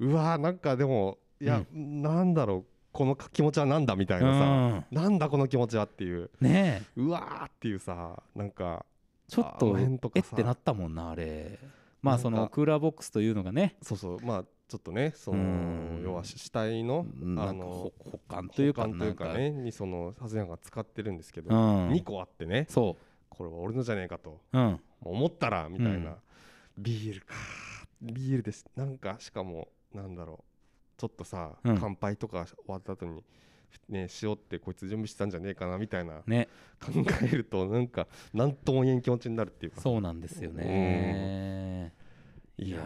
うわーなんかでもいやなんだろうこの気持ちはなんだみたいうなさんなんだこの気持ちはっていうねえうわーっていうさなんかちょっあのと辺とえかっさてなったもんなあれまあそなんのかクーラーボックスというのがねそうそうまあちょっとねそうのん要は死体のなあんかのほ保管というか保管とないんうかかねにその殺人犯が使ってるんですけどうん2個あってねそこれは俺のじゃねえかとううん思ったらみたいな、うんビールかビールですなんかしかもなんだろうちょっとさ、うん乾杯とか終わった後にね塩ってこいつ準備してたんじゃねえかなみたいな、ね考えるとなんかなんとも言えん気持ちになるっていうかそうなんですよねいや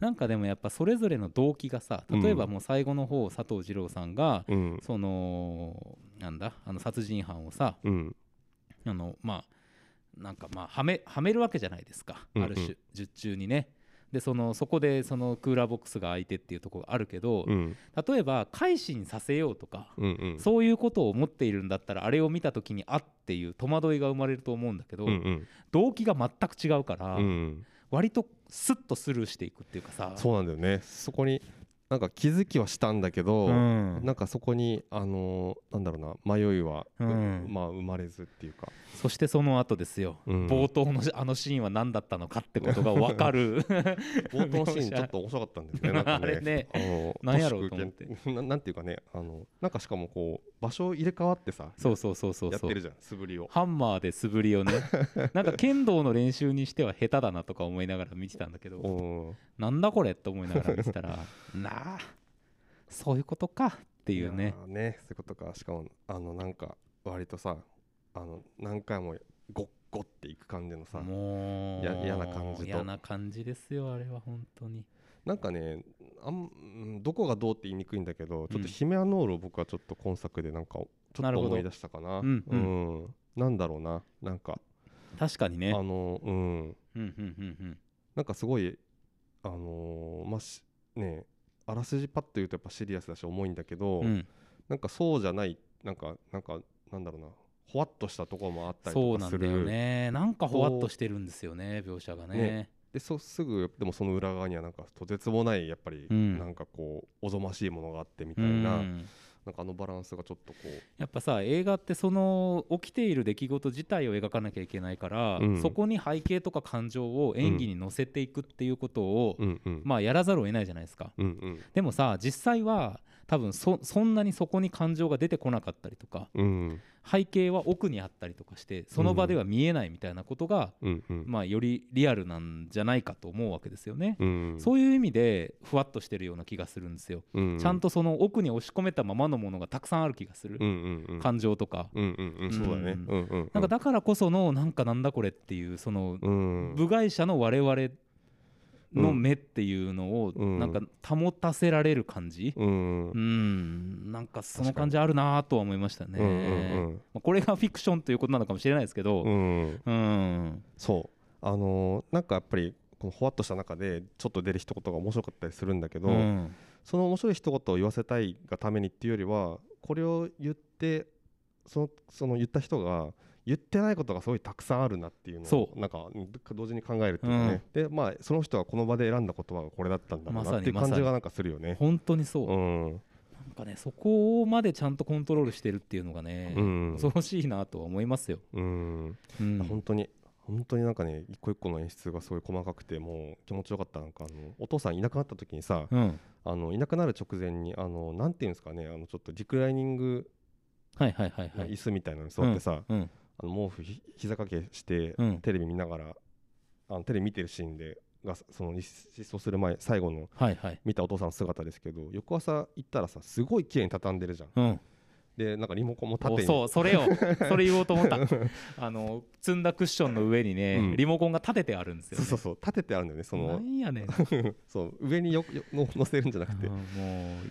なんかでもやっぱそれぞれの動機がさ例えばうんもう最後の方佐藤二郎さんがーうんそのなんだあの殺人犯をさうんあのまあなんかまあはめはめるわけじゃないですかうんあうんる種術中にねでそのそこでそのクーラーボックスが開いてっていうところがあるけどうん例えば改心させようとかうんうんそういうことを思っているんだったらあれを見た時にあっていう戸惑いが生まれると思うんだけど、うんうん動機が全く違うから、うん割とスッとスルーしていくっていうかさそうなんだよねそこになんか気づきはしたんだけど、うんなんかそこにあのーなんだろうな迷いは、うんまあ生まれずっていうか、そしてその後ですよ、うん冒頭のあのシーンは何だったのかってことが分か る 冒頭のシーンちょっと面白かったんだよね。なんかあれねあのなんやろうと思ってトシ君ななんていうかね、あのなんかしかもこう場所入れ替わってさ、そうそうそうそうやっそうてるじゃん、素振りを。ハンマーで素振りを ねなんか剣道の練習にしては下手だなとか思いながら見てたんだけどうんなんだこれと思いながら見てた らなあそういうことかっていうねやーね、そういうことか。しかもあのなんか割とさ、あの何回もゴッゴッっていく感じのさ、もうや嫌な感じと嫌な感じですよあれは本当になんかね、あんうんどこがどうって言いにくいんだけど、ちょっうんとヒメアノールを僕はちょっと今作でなんかちょなっるとほど思い出したかな。うんううんなんだろうな、なんか確かにあねのうん。うんうんうんなんかすごいあのーまあしねあらすじパッと言うとやっぱシリアスだし重いんだけど、うんうんなんかそうじゃないなんかなんかなんだろうなほわっとしたところもあったりそとうかなすんるだよねなんかほわっとしてるんですよね描写がねねでそすぐでもその裏側にはなんかとてつもないやっぱり、うんなんかこうおぞましいものがあってみうたいな、んなんかあのバランスがちょっとこうやっぱさ映画ってその起きている出来事自体を描かなきゃいけないから、うんそこに背景とか感情を演技に乗せていくっていうことを、うんうんまあやらざるを得ないじゃないですかうんうんでもさ実際は多分そそんなにそこに感情が出てこなかったりとかうん背景は奥にあったりとかしてその場では見えないみたいなことが、うんうんまあ、よりリアルなんじゃないかと思うわけですよね。うんそういう意味でふわっとしてるような気がするんですよ。うんうんちゃんとその奥に押し込めたままのものがたくさんある気がするう、んうんうん感情とか。うんうんうんそうだねうんうんうんなんかだからこそのなんかなんだこれっていうそのうん部外者の我々の目っていうのをうんなんか保たせられる感じ、うんうんなんかその感じあるなとは思いましたね、うんうんまあ、これがフィクションということなのかもしれないですけど、ううんんうんそうあのーなんかやっぱりこのほわっとした中でちょっと出る一言が面白かったりするんだけど、うんその面白い一言を言わせたいがためにっていうよりはこれを言ってそのその言った人が言ってないことがすごいたくさんあるなっていうのをそうなんかうん同時に考えるっていうかね、でまあその人はこの場で選んだ言葉がこれだったんだろまうさなにっていうまさ感にじがなんかするよね。本当にそう、うんなんかねそこまでちゃんとコントロールしてるっていうのがね、うん恐ろしいなとは思いますよ、うんうん本当に本当になんかね一個一個の演出がすごい細かくてもう気持ちよかったなんかあのお父さんいなくなった時にさうんあのいなくなる直前にあのなんていうんですかねあのちょっとリクライニングはいはいはいはの椅い子みたいなのに座ってさ、うんあの毛布ひ膝掛けして、うんテレビ見ながらあのテレビ見てるシーンでがその失踪する前最後のはいはい見たお父さんの姿ですけど翌朝行ったらさすごい綺麗に畳んでるじゃんうん、でなんかリモコンもお縦にそうそれ をそれ言おうと思ったあの積んだクッションの上にね、うんリモコンが立ててあるんですよ、そうね、そうそう立ててあるんだよねそなのん やねんそう上によよの乗せるんじゃなくてうんも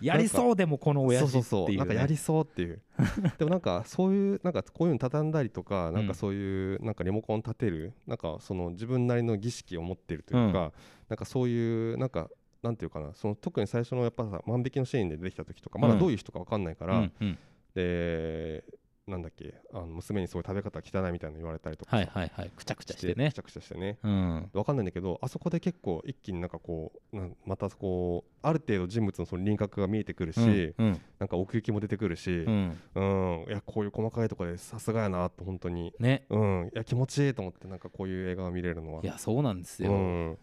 うやりそうでもこの親父ってそうそうそういなうんかやねりそうっていう でもなんかそういうなんかこういうの畳んだりとかなんかそういうなんかリモコン立てるなんかその自分なりの儀式を持ってるというか、なんかそういうなんかなんていうかなその特に最初のやっぱさ万引きのシーンで出てきた時とかまだうんどういう人か分かんないから、うんうんでなんだっけあの娘にすごい食べ方汚いみたいなの言われたりとかはいはいはいくちゃくちゃしてくねちゃくちゃしてねうん分かんないんだけどあそこで結構一気になんかこうなんまたこうある程度人物のその輪郭が見えてくるし、うんなんか奥行きも出てくるし、うんうんうん、いやこういう細かいところでさすがやなと本当に、ねうん、いや気持ちいいと思ってなんかこういう映画を見れるのはいやそうなんですよ、うん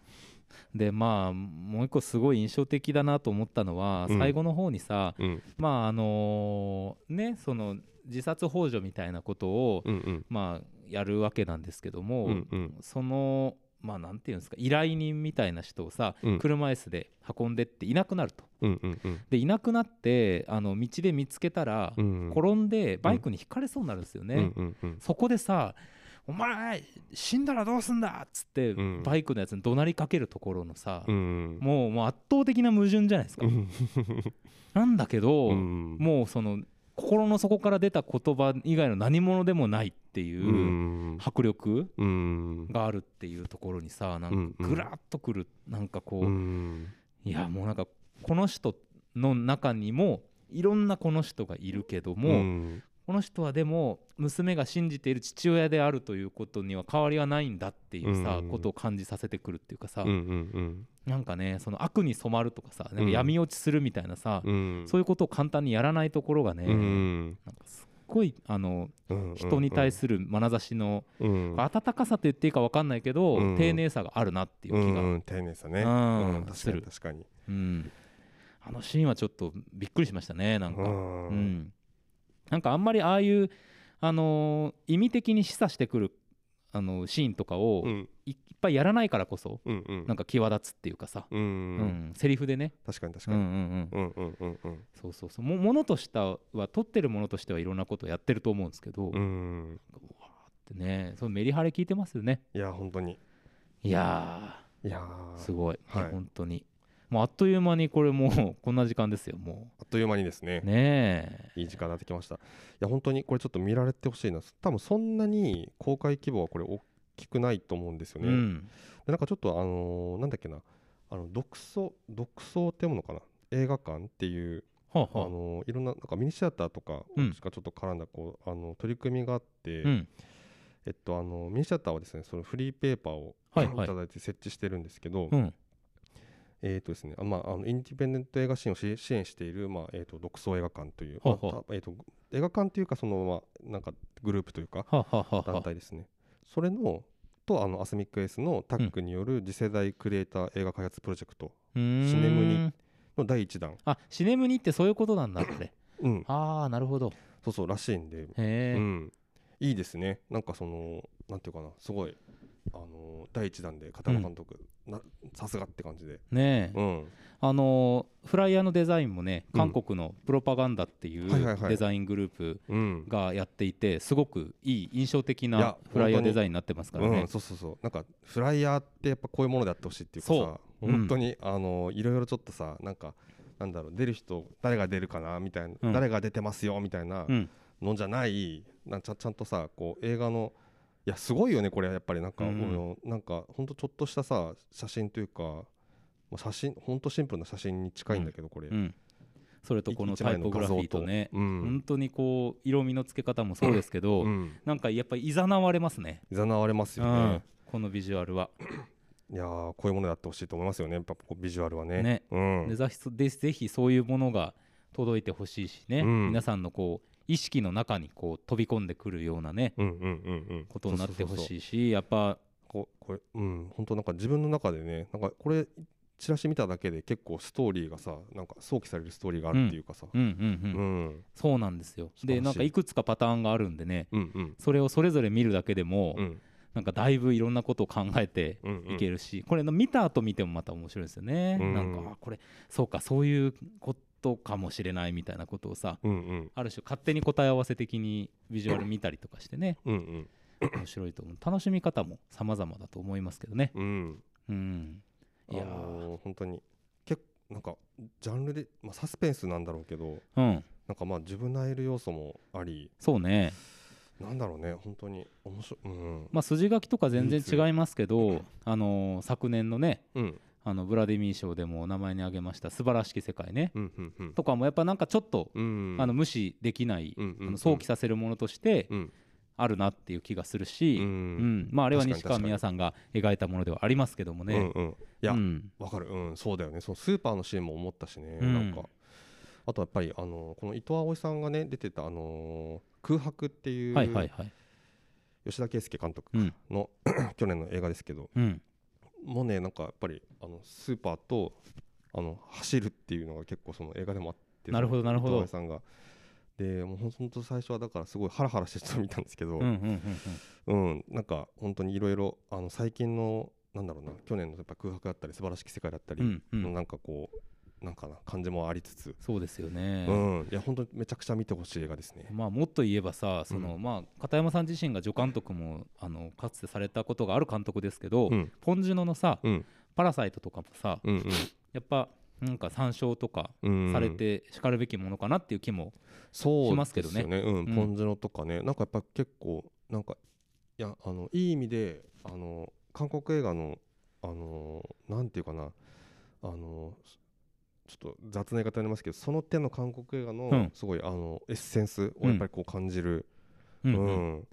でまあもう一個すごい印象的だなと思ったのは、うん最後の方にさうんまああのねその自殺幇助みたいなことを、うんうんまあやるわけなんですけども、うんうんそのまあなんていうんですか依頼人みたいな人をさ、うん車椅子で運んでっていなくなるとうんうんうんでいなくなってあの道で見つけたら、うん転んでバイクにひかれそうになるんですよね、うんうんうんそこでさ「お前死んだらどうすんだ!」っつって、うんバイクのやつに怒鳴りかけるところのさ、うんもうもう圧倒的な矛盾じゃないですか、うんなんだけど、うんもうその心の底から出た言葉以外の何者でもないっていう迫力うんがあるっていうところにさなうんんうかんぐらっとくるなんかこう、うんいやもうなんかこの人の中にもいろんなこの人がいるけども、うんこの人はでも娘が信じている父親であるということには変わりはないんだっていうさ、うんことを感じさせてくるっていうかさ、うんうんなんかねその悪に染まるとかさなんかうん闇落ちするみたいなさ、うんそういうことを簡単にやらないところがね、うんなんかすっごいあのうん人に対する眼差しのうん温かさと言っていいか分かんないけど、うん丁寧さがあるなっていうう気が、んうん丁寧さねうんうんす確かるに確かにうんあのシーンはちょっとびっくりしましたねなんか、ううんんなんかあんまりああいう、あのー意味的に示唆してくる、あのーシーンとかをうんい,、っぱいやらないからこそうんうんなんか際立つっていうかさ、ううんんセリフでね、確かに確うんかうんにうんうんうんうんうんそうそうそうもものとしては撮ってるものとしてはいろんなことやってると思うんですけど、うんでねそのメリハリ効いてますよねいや本当にいやいやーーすごい、はいいや本当にもうあっという間にこれもうこんな時間ですよもあっという間にですねうねえいい時間になってきましたいや本当にこれちょっと見られてほしいな多分そんなに公開規模はこれ大きくないと思うんですよね、うでんなんかちょっとあのーなんだっけなあの独創独創ってものかな映画館っていう、はああはあのーいろんななんかミニシアターとかうんしかちょっと絡んだこう、あの取り組みがあって、うんえっとあのミニシアターはですねそのフリーペーパーを、はいいはいただいて設置してるんですけど、うんえーとですねあまあ、あのインディペンデント映画シーンを支支援している、まあえー、と独創映画館という、ほうほうまあたえー、と映画館というかその、まあ、なんかグループというかはあはあはあは団あ体ですねそれのとあのアスミックエースのタッグによる次世代クリエイター映画開発プロジェクトうーんシネムにの第1弾、あシネムニってそういうことなんだってうん、ああなるほどそうそうらしいんで、へえ、うん、いいですねなんかそのなんていうかなすごいあの第1弾で片山監督、なさすがって感じで、ねえ、うん、あのーフライヤーのデザインもねう韓ん国のプロパガンダっていはいはいはういデザイングループうん、がやっていてすごくいい印象的いなやフライヤーデザインになってますからうねん、。そうそうそうなんかフライヤーってやっぱこういうものであってほしいっていうかさそう本当に、あのいろいろちょっとさなんかなんだろう出る人誰が出るかなみたいな、うん誰が出てますよみたいなうんのじゃない、なんちゃちゃんとさこう映画のいやすごいよねこれやっぱりなんか、うん俺なんかほんとちょっとしたさ写真というかもう写真ほんとシンプルな写真に近いんだけどこれ、うんそれとこの一タイ枚ポグラフィーとね画像うん本当にこう色味の付け方もそうですけど、うんなんかやっぱりいざなわれますねいざなわれますようんね、このビジュアルは。いやーこういうものであってほしいと思いますよねやっぱこうビジュアルはねねうんでぜひでぜひそういうものが届いてほしいしね、うん皆さんのこう意識の中にこう飛び込んでくるようなねうんうんうんうん、ことになってほそうそうそうそしういしやっぱここれうん本当なんか自分の中でねなんかこれチラシ見ただけで結構ストーリーがさなんか想起されるストーリーがあるっていうかさ、うんうんう、うんんうん、そうなんですよ素晴らでしいなんかいくつかパターンがあるんでねうんうんそれをそれぞれ見るだけでも、うんなんかだいぶいろんなことを考えてうんうんいけるし、これの見た後見てもまた面白いですよね、うんなんかあこれそうかそういうことかもしれないみたいなことをさうんうんある種勝手に答え合わせ的にビジュアル見たりとかしてねうん面白いと思う楽しみ方も様々だと思いますけどねうんうんうんいやあーのー本当に結構なんかジャンルで、まあ、サスペンスなんだろうけどうんなんかまあ自分なえる要素もありそうねなんだろうね本当に面白いうん、まあ筋書きとか全然違いますけいいどですねあのー昨年のねうんあのブラディミー賞でも名前に挙げました「素晴らしき世界ねうんうんうん」とかもやっぱなんかちょっとうんあの無視できないうんうんうんあの想起させるものとしてうんあるなっていう気がするうしうんんまああれは西確か川に美也さんが描いたものではありますけどもうんねうんいや、うんわかるうんそうだよねそのスーパーのシーンも思ったしね、うんなんかあとやっぱりあのこの伊藤葵さんがね出てたあのー空白っていう、はいはいはい吉田圭佑監督うんの 去年の映画ですけどうんもうねなんかやっぱりあのスーパーとあの走るっていうのが結構その映画でもあってなるほどなるほど伊藤葵さんがでもうほんほんと最初はだからすごいハラハラしてちょっと見たんですけうど、んうんうんうんうん、なんか本当にいろいろあの最近のなんだろうな去年のやっぱ空白だったり素晴らしき世界だったりうんうんのなんかこうなんかな感じもありつつ、そうですようねんいや本当にめちゃくちゃ見てほしい映画ですね。まあ、もっと言えばさその、うまあ、片山さん自身が助監督もあのかつてされたことがある監督ですけど、うんポン・ジュノのさ、うんパラサイト」とかもさ、うんやっぱなんか参照とかうんうんされてしかるべきものかなっていう気も、そうしますけどねですよううんん、ポンジュノとかね、なんかやっぱ結構なんかいやあのいい意味であの韓国映画のあのなんていうかなあのちょっと雑な言い方になりますけどその手の韓国映画うのんすごい、あのエッセンスをやっぱりこう感じる、うんううんん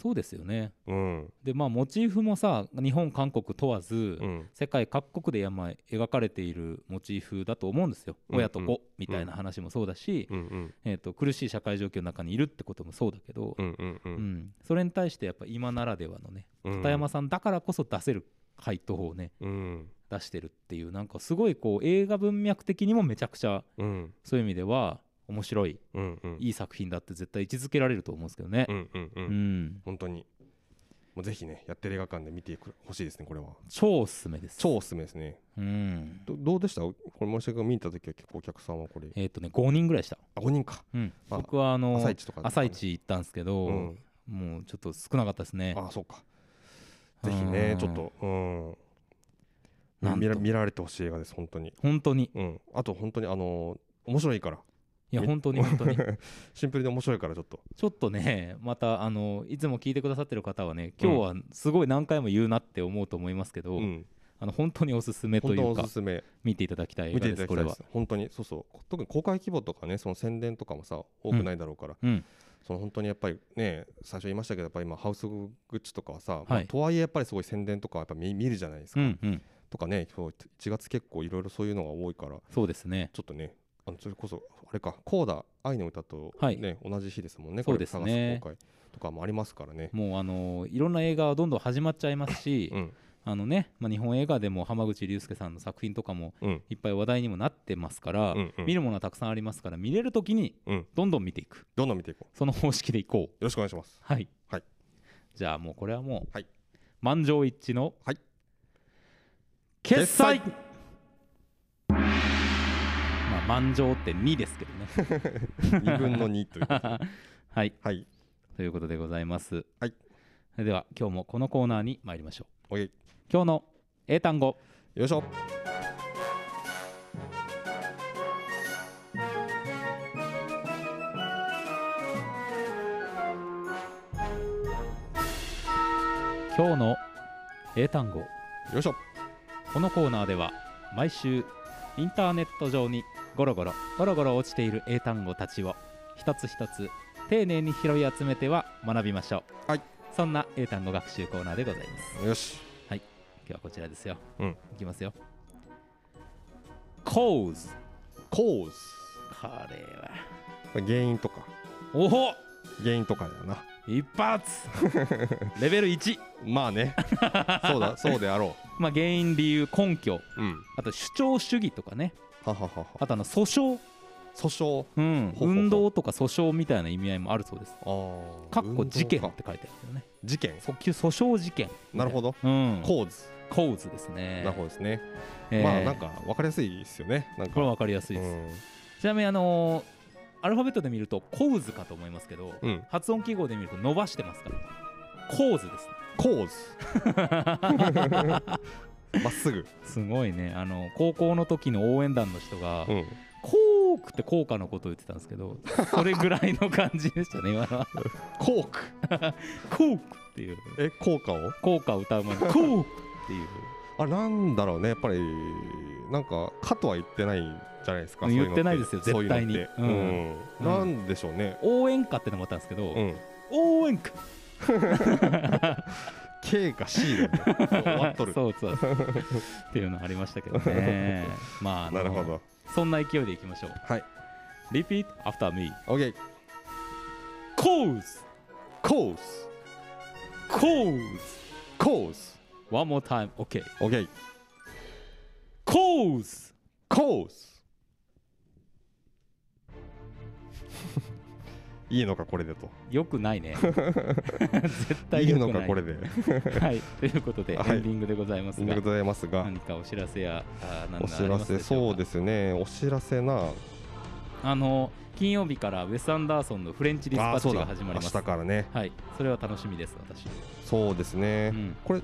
そうですよねうんでまあモチーフもさ日本韓国問わず、うん世界各国で山描かれているモチーフだと思うんですよ、うんうん親と子みたいな話もそうだし、うんうんえー、と苦しい社会状況の中にいるってこともそうだけど、うんうんううんん、それに対してやっぱ今ならではのねうん片山さんだからこそ出せる回答をねうん出してるっていうなんかすごいこう映画文脈的にもめちゃくちゃうんそういう意味では面白いうんうんいい作品だって絶対位置づけられると思うんですけどねう、んうんううんん本当にもうぜひねやってる映画館で見てほしいですねこれは超おすすめです超おすすめですねうんどどうでしたこれ森下君が見に行った時は結構お客さんはこれえっ、とね5人ぐらいでした、あ5人かうんあ僕はあの朝一とか朝一行ったんですけど、うんもうちょっと少なかったですねあそうかぜひねちょっとうんなん見らと見られてほしい映画です本当に本当にうんあと本当にあのー面白いからいやみ本 当に本当に シンプルで面白いからちょっとちょっとねまたあのいつも聞いてくださってる方はね今日はすごい何回も言うなって思うと思いますけど、うんあの本当におすすめと本い当にうおかすすめ見ていただきたい映画見ていでたすだきこたれいではす本当にそうそう特に公開規模とかねその宣伝とかもさ多くないだろうから、うんその本当にやっぱりね最初言いましたけどやっぱり今ハウスグッズとかはさ、いまあとはいえやっぱりすごい宣伝とかはやっぱ見見るじゃないですうか、んうんとかね今日1月結構いろいろそういうのが多いからそうですねちょっとねあのそれこそあれかコーダ愛の歌と、ねはい同じ日ですもんねそうですねこれ探す公開とかもありますからね。もうあのいろんな映画はどんどん始まっちゃいますし、うんあのね、まあ、日本映画でも浜口竜介さんの作品とかもうんいっぱい話題にもなってますから、うんうん見るものはたくさんありますから見れる時にうんどんどん見ていくどんどん見ていこうよその方式でいこうろしくお願いします。はい、はい、じゃあもうこれはもう、はい満場一致の、はい決済まあ、満場って2ですけどね2分の2ということ ではいはいということでございます、はい、それでは今日もこのコーナーに参りましょうおい今日の英単語よいしょ今日の英単語よいしょこのコーナーでは毎週インターネット上にゴロゴロゴロゴロ落ちている英単語たちを一つ一つ丁寧に拾い集めては学びましょう、はい、そんな英単語学習コーナーでございますよし今日はこちらですよ、うんいきますよ cause コーズこれは原因とかおお原因とかだよな一発レベル1まあ ねそうだそうであろまあ原因理由根拠ううんあと主張主義とかねははははあとあの訴訟、訴訟うん、ほうほう運動とか訴訟みたいな意味合いもあるそうですああかっこ事件運動っかて書いてあるよね事件訴求訴訟事件なるほどうんコーズ構図ですねなるほどですねえーまあなんか分かりやすいですよねなんかこれは分かりやすいです、うちなみにあのーアルファベットで見ると構図かと思いますけど、ん、うん、発音記号で見ると伸ばしてますから構図ですねコーズ まっすぐ、すごいねあの高校の時の応援団の人がうん、 「コーク」って効果のことを言ってたんですけ どそれぐらいの感じでしたね今のはコーク「 コーク」っていうえ効果を効果を歌う前に「コーク」っていうあれなんだろうねやっぱりなんかかとは言ってないじゃないですかうんそううの言ってないですよそううのって絶対うにん、うんなんでしょうね応援歌ってのもあったんですけど、うん応援歌 K か C だね終わっとるそうそうそうっていうのありましたけど ねまああのなるほどそんな勢いでいきましょうはい Repeat after me OK コーズコーズコーズコーズ One more time OK OK コーズコーズ いいのかこれでとよくない ね絶い対いよのくかないこれではい、ということで、エンはいディングでございますというが、ことでございますが何かお知らせや、あー何 おかあ知りらますせでしょそううかですねお知らせなあの金曜日からウェス・アンダーソンのフレンチ・ディスパあッそうチがだ始まり明ま日す。からねはい、それは楽しみです、私。そうですねうんこれ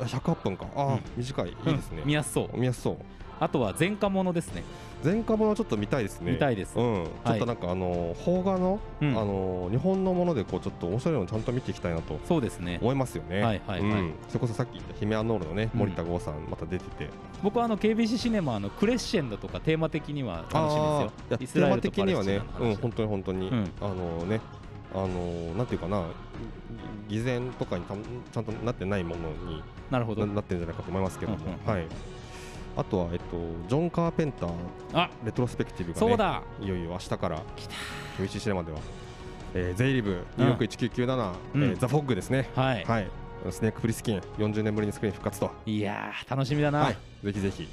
あ108分かあうあん短いいいですねうん見やすそう。見やすそうあとは前科者ですね。前科ものちょっと見たいですね見たいですうんちょっとなんかあの邦画のうあんの日本のものでこうちょっと面白いのちゃんと見ていきたいなとそうですね。思いますよねはいはいはいうんそれこそさっき言った姫アノールのねうん森田剛さんまた出てて僕はあの KBC シネマのクレッシェンドとかテーマ的には楽しみあーでいやすよ。イステーラエマルと的パにレスはチナねの話。うん本当に本当にうんあのねあのなんていうかな偽善とかにたちゃんとなってないものになるほなど。なってるんじゃないかと思いますけども、うんうんうんはい、あとは、えっと、ジョン・カーペンターあ、レトロスペクティブが、ね、そうだ。いよいよ明日から厳しいシネマでは、えー、ゼイリブニューヨーク1997、うんえーザ・フォッグですね、はい。はい、スネーク・フリスキン40年ぶりにスクリーン復活と、いやー、楽しみだな。はい、ぜひぜひ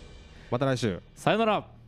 また来週さよなら。